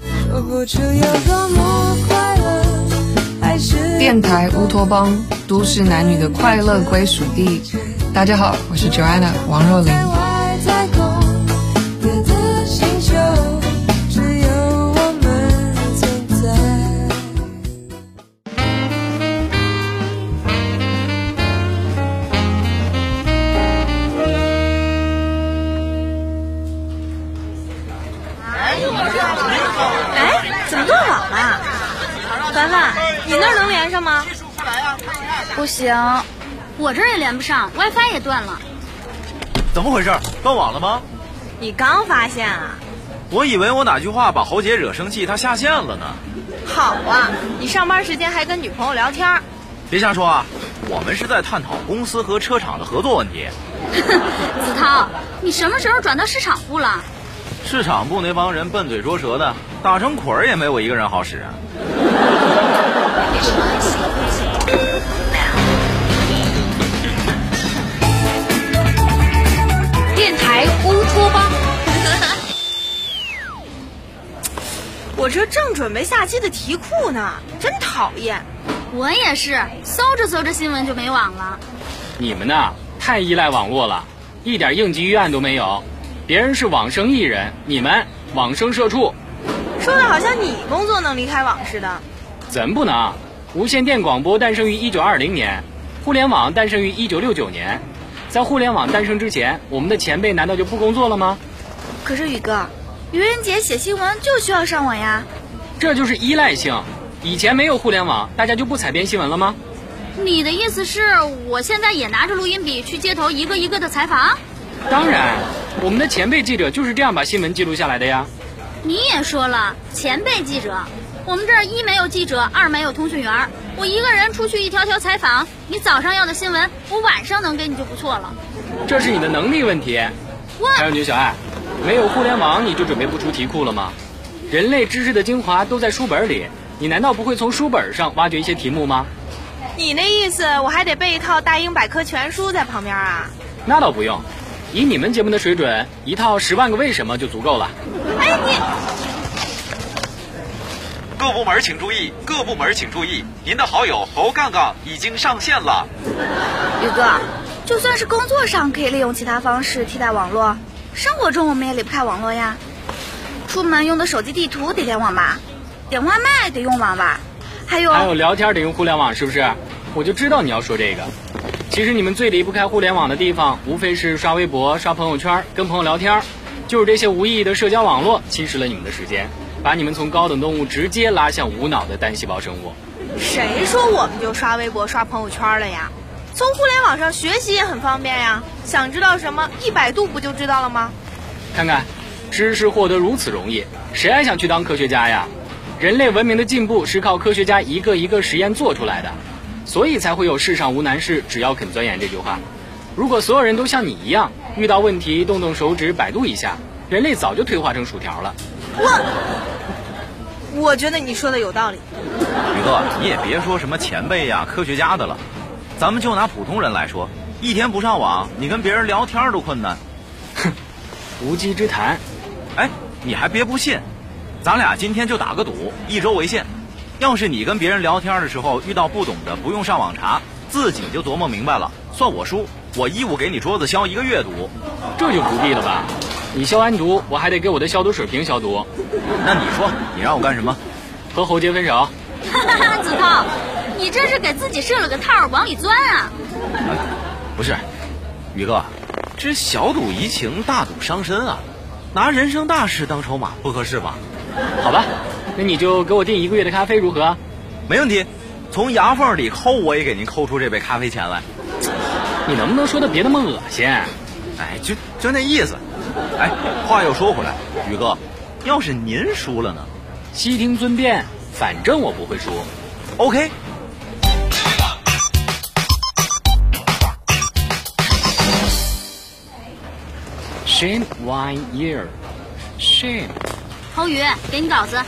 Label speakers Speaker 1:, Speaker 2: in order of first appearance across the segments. Speaker 1: 不知要多么快乐，还是
Speaker 2: 电台乌托邦，都市男女的快乐归属地。大家好，我是 Joanna 王若琳。
Speaker 1: 在外太空，别的星球只有我们存在。
Speaker 3: 哎，怎么断网了？凡凡，你那儿能连上吗？不行，
Speaker 4: 我这儿也连不上，WiFi 也断了。
Speaker 5: 怎么回事？断网了吗？
Speaker 3: 你刚发现啊？
Speaker 5: 我以为我哪句话把侯姐惹生气，她下线了呢。
Speaker 3: 好啊，你上班时间还跟女朋友聊天儿，
Speaker 5: 别瞎说啊！我们是在探讨公司和车厂的合作问题。
Speaker 4: 子韬，你什么时候转到市场部了？
Speaker 5: 市场部那帮人笨嘴拙舌的，打成捆儿也没我一个人好使啊。
Speaker 4: 电台乌托邦，
Speaker 3: 我这正准备下期的题库呢，真讨厌。
Speaker 4: 我也是，搜着搜着新闻就没网了。
Speaker 6: 你们呐，太依赖网络了，一点应急预案都没有。别人是网生艺人，你们网生社畜，
Speaker 3: 说的好像你工作能离开网似的。
Speaker 6: 怎不能？啊无线电广播诞生于一九二零年，互联网诞生于一九六九年。在互联网诞生之前，我们的前辈难道就不工作了吗？
Speaker 3: 可是宇哥，
Speaker 4: 愚人节写新闻就需要上网呀。
Speaker 6: 这就是依赖性。以前没有互联网，大家就不采编新闻了吗？
Speaker 4: 你的意思是我现在也拿着录音笔去街头一个一个的采访？
Speaker 6: 当然，我们的前辈记者就是这样把新闻记录下来的呀。
Speaker 4: 你也说了，前辈记者，我们这儿一没有记者，二没有通讯员儿，我一个人出去一条条采访，你早上要的新闻，我晚上能给你就不错了。
Speaker 6: 这是你的能力问题。
Speaker 4: 我
Speaker 6: 还有牛小爱，没有互联网你就准备不出题库了吗？人类知识的精华都在书本里，你难道不会从书本上挖掘一些题目吗？
Speaker 3: 你那意思我还得背一套《大英百科全书》在旁边啊？
Speaker 6: 那倒不用，以你们节目的水准，一套《十万个为什么》就足够了。
Speaker 3: 哎，你
Speaker 5: 各部门请注意，各部门请注意，您的好友侯杠杠已经上线了。
Speaker 3: 宇哥，
Speaker 7: 就算是工作上可以利用其他方式替代网络，生活中我们也离不开网络呀。出门用的手机地图得联网吧，点外卖得用网吧，还有
Speaker 6: 还有聊天得用互联网，是不是？我就知道你要说这个。其实你们最离不开互联网的地方，无非是刷微博、刷朋友圈、跟朋友聊天，就是这些无意义的社交网络侵蚀了你们的时间，把你们从高等动物直接拉向无脑的单细胞生物。
Speaker 3: 谁说我们就刷微博、刷朋友圈了呀？从互联网上学习也很方便呀，想知道什么一百度不就知道了吗？
Speaker 6: 看看，知识获得如此容易，谁还想去当科学家呀？人类文明的进步是靠科学家一个一个实验做出来的，所以才会有“世上无难事，只要肯钻研”这句话。如果所有人都像你一样，遇到问题动动手指百度一下，人类早就退化成薯条了。
Speaker 3: 我觉得你说的有道理。
Speaker 5: 宇哥，你也别说什么前辈呀、科学家的了，咱们就拿普通人来说，一天不上网，你跟别人聊天都困难。
Speaker 6: 无稽之谈，
Speaker 5: 哎，你还别不信，咱俩今天就打个赌，一周为限。要是你跟别人聊天的时候遇到不懂的，不用上网查，自己就琢磨明白了，算我输，我义务给你桌子消一个月毒。
Speaker 6: 这就不必了吧？你消完毒，我还得给我的消毒水瓶消毒。
Speaker 5: 那你说，你让我干什么？
Speaker 6: 和侯杰分手，
Speaker 4: 哈哈哈， 子韬，你这是给自己设了个套儿，往里钻啊！
Speaker 5: 不是，宇哥，这小赌怡情，大赌伤身啊！拿人生大事当筹码，不合适吧？
Speaker 6: 好吧？那你就给我订一个月的咖啡如何？
Speaker 5: 没问题，从牙缝里抠，我也给您抠出这杯咖啡钱来。
Speaker 6: 你能不能说的别那么恶心？啊
Speaker 5: 哎，就就那意思。哎，话又说回来，宇哥，要是您输了呢
Speaker 6: 悉听尊便，反正我不会输。
Speaker 5: ？OK，
Speaker 6: Shame one year. Shame
Speaker 4: 侯宇，给你稿子。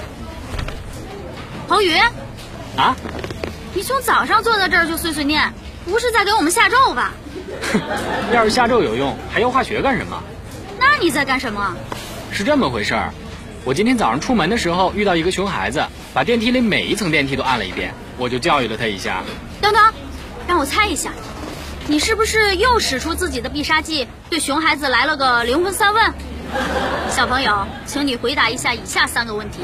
Speaker 4: 侯宇，
Speaker 6: 啊，
Speaker 4: 你从早上坐在这儿就碎碎念，不是在给我们下咒吧？
Speaker 6: 要是下咒有用，还要化学干什么？
Speaker 4: 那你在干什么？
Speaker 6: 是这么回事儿。我今天早上出门的时候遇到一个熊孩子，把电梯里每一层电梯都按了一遍，我就教育了他一下。
Speaker 4: 等等，让我猜一下，你是不是又使出自己的必杀技，对熊孩子来了个灵魂三问？ 小朋友，请你回答一下以下三个问题：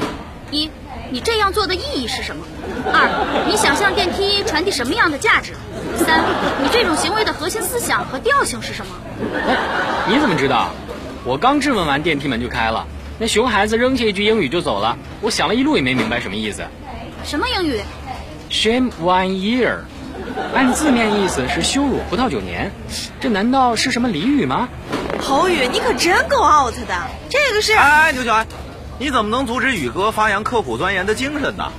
Speaker 4: 一，你这样做的意义是什么？二，你想向电梯传递什么样的价值？三，你这种行为的核心思想和调性是什么？
Speaker 6: 哎你怎么知道？我刚质问完，电梯门就开了。那熊孩子扔下一句英语就走了，我想了一路也没明白什么意思。
Speaker 4: 什么英语？
Speaker 6: Shame one year，按字面意思是羞辱葡萄九年，这难道是什么俚语吗？
Speaker 3: 侯宇，你可真够 out 的，这个是
Speaker 5: 哎，牛小爱，你怎么能阻止宇哥发扬刻苦钻研的精神呢？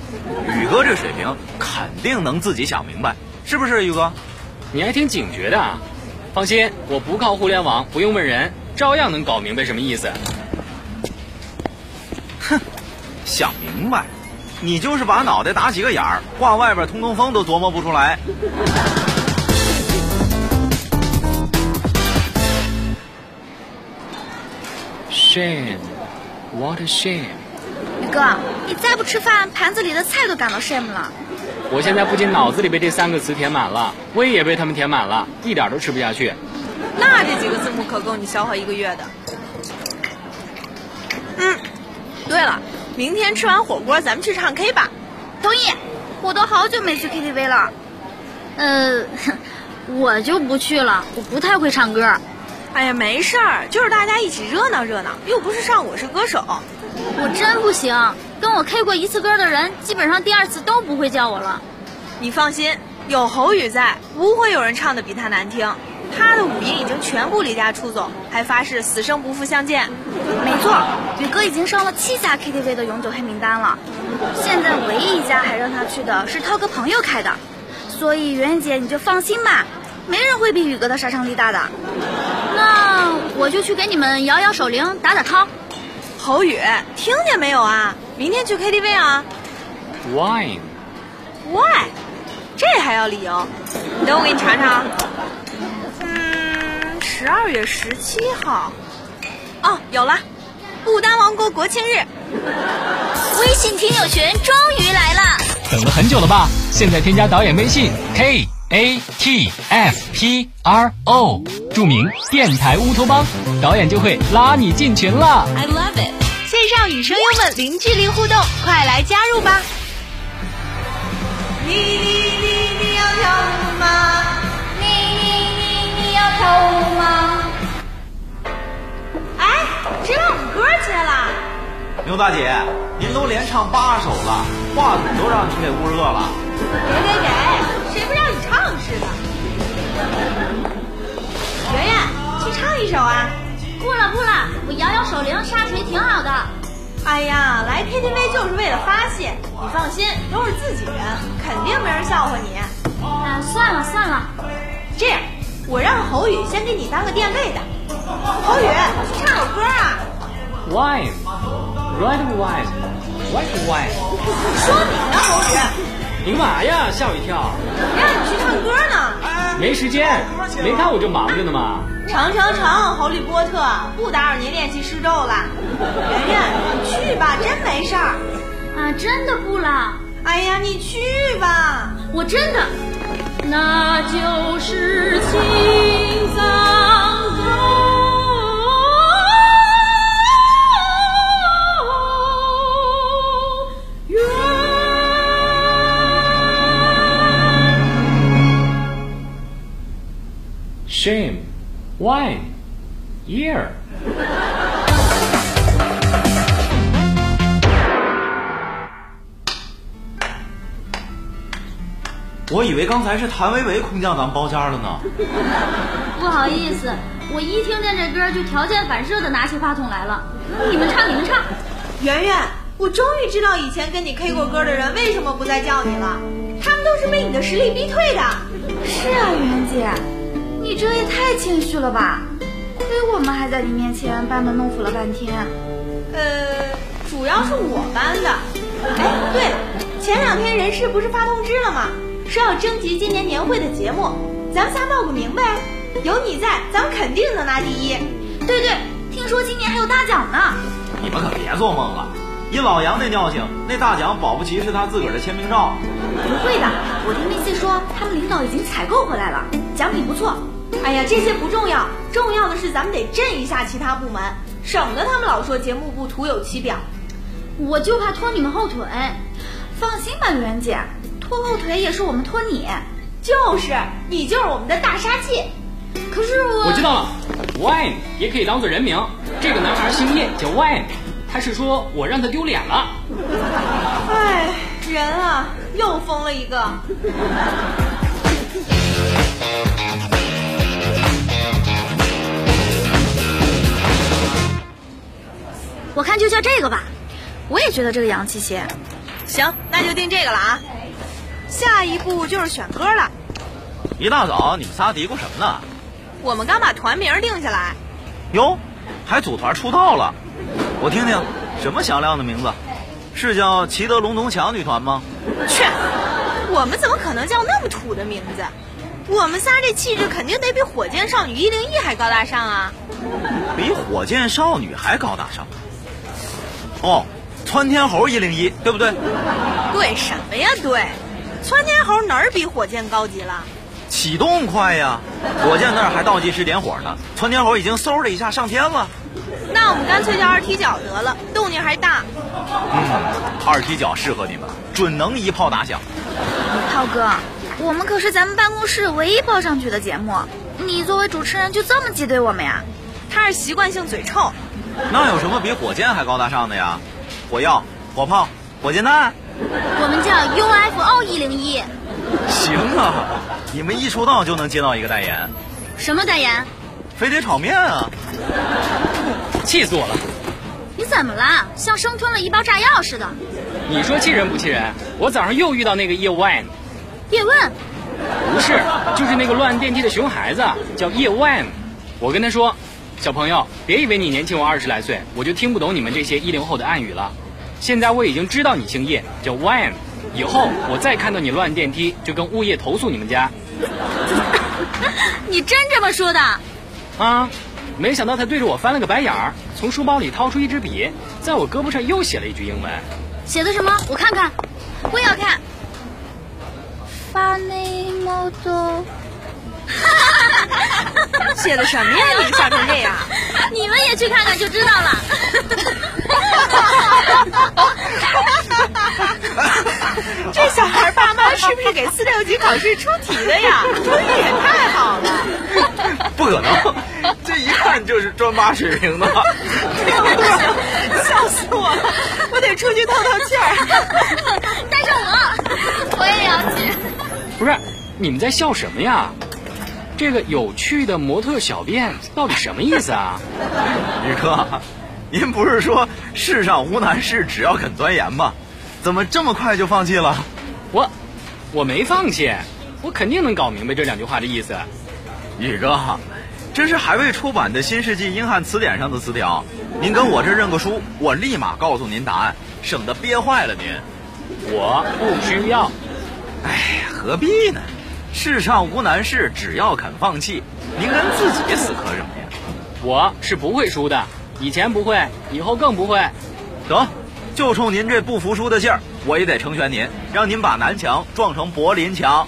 Speaker 5: 宇哥这水平肯定能自己想明白，是不是宇哥？
Speaker 6: 你还挺警觉的啊！放心，我不靠互联网，不用问人，照样能搞明白什么意思。
Speaker 5: 想明白，你就是把脑袋打几个眼儿，挂外边通通风都琢磨不出来。
Speaker 6: Shame，what a shame！
Speaker 7: 宇哥，你再不吃饭，盘子里的菜都感到 shame 了。
Speaker 6: 我现在不仅脑子里被这三个词填满了，胃也被他们填满了，一点都吃不下去。
Speaker 8: 那这几个字母可够你消耗一个月的。嗯，对了，明天吃完火锅咱们去唱 K 吧。
Speaker 7: 同意，我都好久没去 KTV 了。
Speaker 4: 呃， 我就不去了，我不太会唱歌。
Speaker 8: 哎呀，没事儿，就是大家一起热闹热闹，又不是上《我是歌手》。
Speaker 4: 我真不行，跟我 K 过一次歌的人，基本上第二次都不会叫我了。
Speaker 8: 你放心，有侯宇在，不会有人唱的比他难听。他的五音已经全部离家出走，还发誓死生不复相见。
Speaker 7: 没错，宇哥已经上了七家 KTV 的永久黑名单了，现在唯一一家还让他去的是涛哥朋友开的，所以圆圆姐你就放心吧，没人会比宇哥的杀伤力大的。
Speaker 4: 那我就去给你们摇摇手铃，打打 call。
Speaker 8: 侯宇，听见没有啊？明天去 KTV 啊
Speaker 6: Wine，
Speaker 8: ？Why？这还要理由？等我给你查查。啊。嗯，十二月十七号。哦，有了，不丹王国国庆日。
Speaker 4: 微信听友群终于来了，
Speaker 6: 等了很久了吧？现在添加导演微信 k a t f p r o，注明“电台乌托邦”，导演就会拉你进群了。
Speaker 8: I love it。线上与声优们零距离互动，快来加入吧！你你你你要跳舞吗？
Speaker 4: 你你你你要跳舞吗？
Speaker 8: 哎，谁把我们歌切了？
Speaker 5: 牛大姐，您都连唱八首了，话筒都让您给捂热了。
Speaker 8: 给给给，谁不让你唱似的？圆圆，去唱一首啊！
Speaker 4: 不了不了，我摇摇手铃沙锤挺好的。啊
Speaker 8: 哎呀，来 KTV 就是为了发泄，你放心，都是自己人，肯定没人笑话你。
Speaker 4: 啊，算了算了，
Speaker 8: 这样，我让侯宇先给你当个垫背的。侯宇，去唱首歌啊！
Speaker 6: Wine，red wine，white wine，
Speaker 8: 说你呢，侯宇。
Speaker 6: 你干嘛呀？吓我一跳！
Speaker 8: 让你去唱歌呢。
Speaker 6: 没时间，没看我这忙着呢吗？
Speaker 8: 成成成，侯利波特，不打扰您练习施咒了。圆圆，你去吧，真没事儿。
Speaker 4: 啊，真的不了，
Speaker 8: 哎呀，你去吧。
Speaker 4: 我真的。那就是青藏高原。
Speaker 6: Shame, wine, year。
Speaker 5: 我以为刚才是谭维维空降咱们包间了呢。
Speaker 4: 不好意思，我一听见这歌就条件反射的拿起话筒来了。你们唱，你们唱。
Speaker 8: 圆圆，我终于知道以前跟你 K 过歌的人为什么不再叫你了，他们都是被你的实力逼退的。
Speaker 7: 是啊，圆姐，你这也太谦虚了吧？亏我们还在你面前班门弄斧了半天。
Speaker 8: 呃，主要是我班的。哎，对了，前两天人事不是发通知了吗？说要征集今年年会的节目，咱们仨报个名呗。有你在，咱们肯定能拿第一。
Speaker 7: 对对，听说今年还有大奖呢。
Speaker 5: 你们可别做梦了，以老杨那尿性，那大奖保不齐是他自个儿的签名照。
Speaker 7: 不会的，我听微信说他们领导已经采购回来了，奖品不错。
Speaker 8: 哎呀，这些不重要，重要的是咱们得震一下其他部门，省得他们老说节目部徒有其表。
Speaker 4: 我就怕拖你们后腿。
Speaker 7: 放心吧，媛姐，拖后腿也是我们拖你。
Speaker 8: 就是，你就是我们的大杀器。
Speaker 4: 可是我
Speaker 6: 我知道了，我爱你也可以当做人名。这个男孩姓叶，叫我爱你。他是说我让他丢脸了。
Speaker 8: 哎，人啊，又疯了一个。
Speaker 4: 我看就叫这个吧。
Speaker 7: 我也觉得这个洋气些。
Speaker 8: 行，那就定这个了啊。下一步就是选歌了，
Speaker 5: 一大早你们仨嘀咕什么呢？
Speaker 8: 我们刚把团名定下来。
Speaker 5: 哟，还组团出道了，我听听，什么响亮的名字？是叫齐德龙铜强女团吗？
Speaker 8: 去，我们怎么可能叫那么土的名字？我们仨这气质肯定得比火箭少女一零一还高大上啊！
Speaker 5: 比火箭少女还高大上。哦，窜天猴一零一，对不对？
Speaker 8: 对什么呀？对，窜天猴哪儿比火箭高级了？
Speaker 5: 启动快呀，火箭那儿还倒计时点火呢，窜天猴已经嗖的一下上天了。
Speaker 8: 那我们干脆叫二踢脚得了，动静还大。
Speaker 5: 二踢脚适合你们，准能一炮打响。
Speaker 7: 涛哥，我们可是咱们办公室唯一报上去的节目，你作为主持人就这么挤兑我们呀？
Speaker 8: 他是习惯性嘴臭，
Speaker 5: 那有什么比火箭还高大上的呀？火药、火炮、火箭弹。
Speaker 4: 我们叫 UFO 一零一，
Speaker 5: 行啊，你们一出道就能接到一个代言，
Speaker 4: 什么代言？
Speaker 5: 飞碟炒面啊！
Speaker 6: 气死我了！
Speaker 4: 你怎么了？像生吞了一包炸药似的。
Speaker 6: 你说气人不气人？我早上又遇到那个叶万，
Speaker 4: 叶问，
Speaker 6: 不是，就是那个乱电梯的熊孩子，叫叶万。我跟他说，小朋友，别以为你年轻我二十来岁，我就听不懂你们这些一零后的暗语了。现在我已经知道你姓叶，叫万。以后我再看到你乱电梯，就跟物业投诉你们家。
Speaker 4: 你真这么说的？
Speaker 6: 啊！没想到他对着我翻了个白眼儿，从书包里掏出一支笔，在我胳膊上又写了一句英文。
Speaker 4: 写的什么？我看看。
Speaker 7: 我也要看。Funny model，
Speaker 8: 写的什么呀？你笑成 这样，
Speaker 4: 你们也去看看就知道了。
Speaker 8: 这小孩爸妈是不是给四六级考试出题的 呀？英语也太好了。
Speaker 5: 不可能， 这一看就是专八水平的。
Speaker 8: 笑死我了！我得出去透透气儿。
Speaker 4: 带上我，我也要去。
Speaker 6: 不是，你们在笑什么呀？这个有趣的模特小便到底什么意思啊？
Speaker 5: 宇哥，您不是说世上无难事，只要肯钻研吗？怎么这么快就放弃了？
Speaker 6: 我我没放弃，我肯定能搞明白这两句话的意思。
Speaker 5: 宇哥，这是还未出版的新世纪英汉词典上的词条，您跟我这认个输，我立马告诉您答案，省得憋坏了您。
Speaker 6: 我不需要。
Speaker 5: 哎，何必呢？世上无难事，只要肯放弃。您跟自己死磕什么呀？
Speaker 6: 我是不会输的，以前不会，以后更不会。
Speaker 5: 得，就冲您这不服输的劲儿，我也得成全您，让您把南墙撞成柏林墙。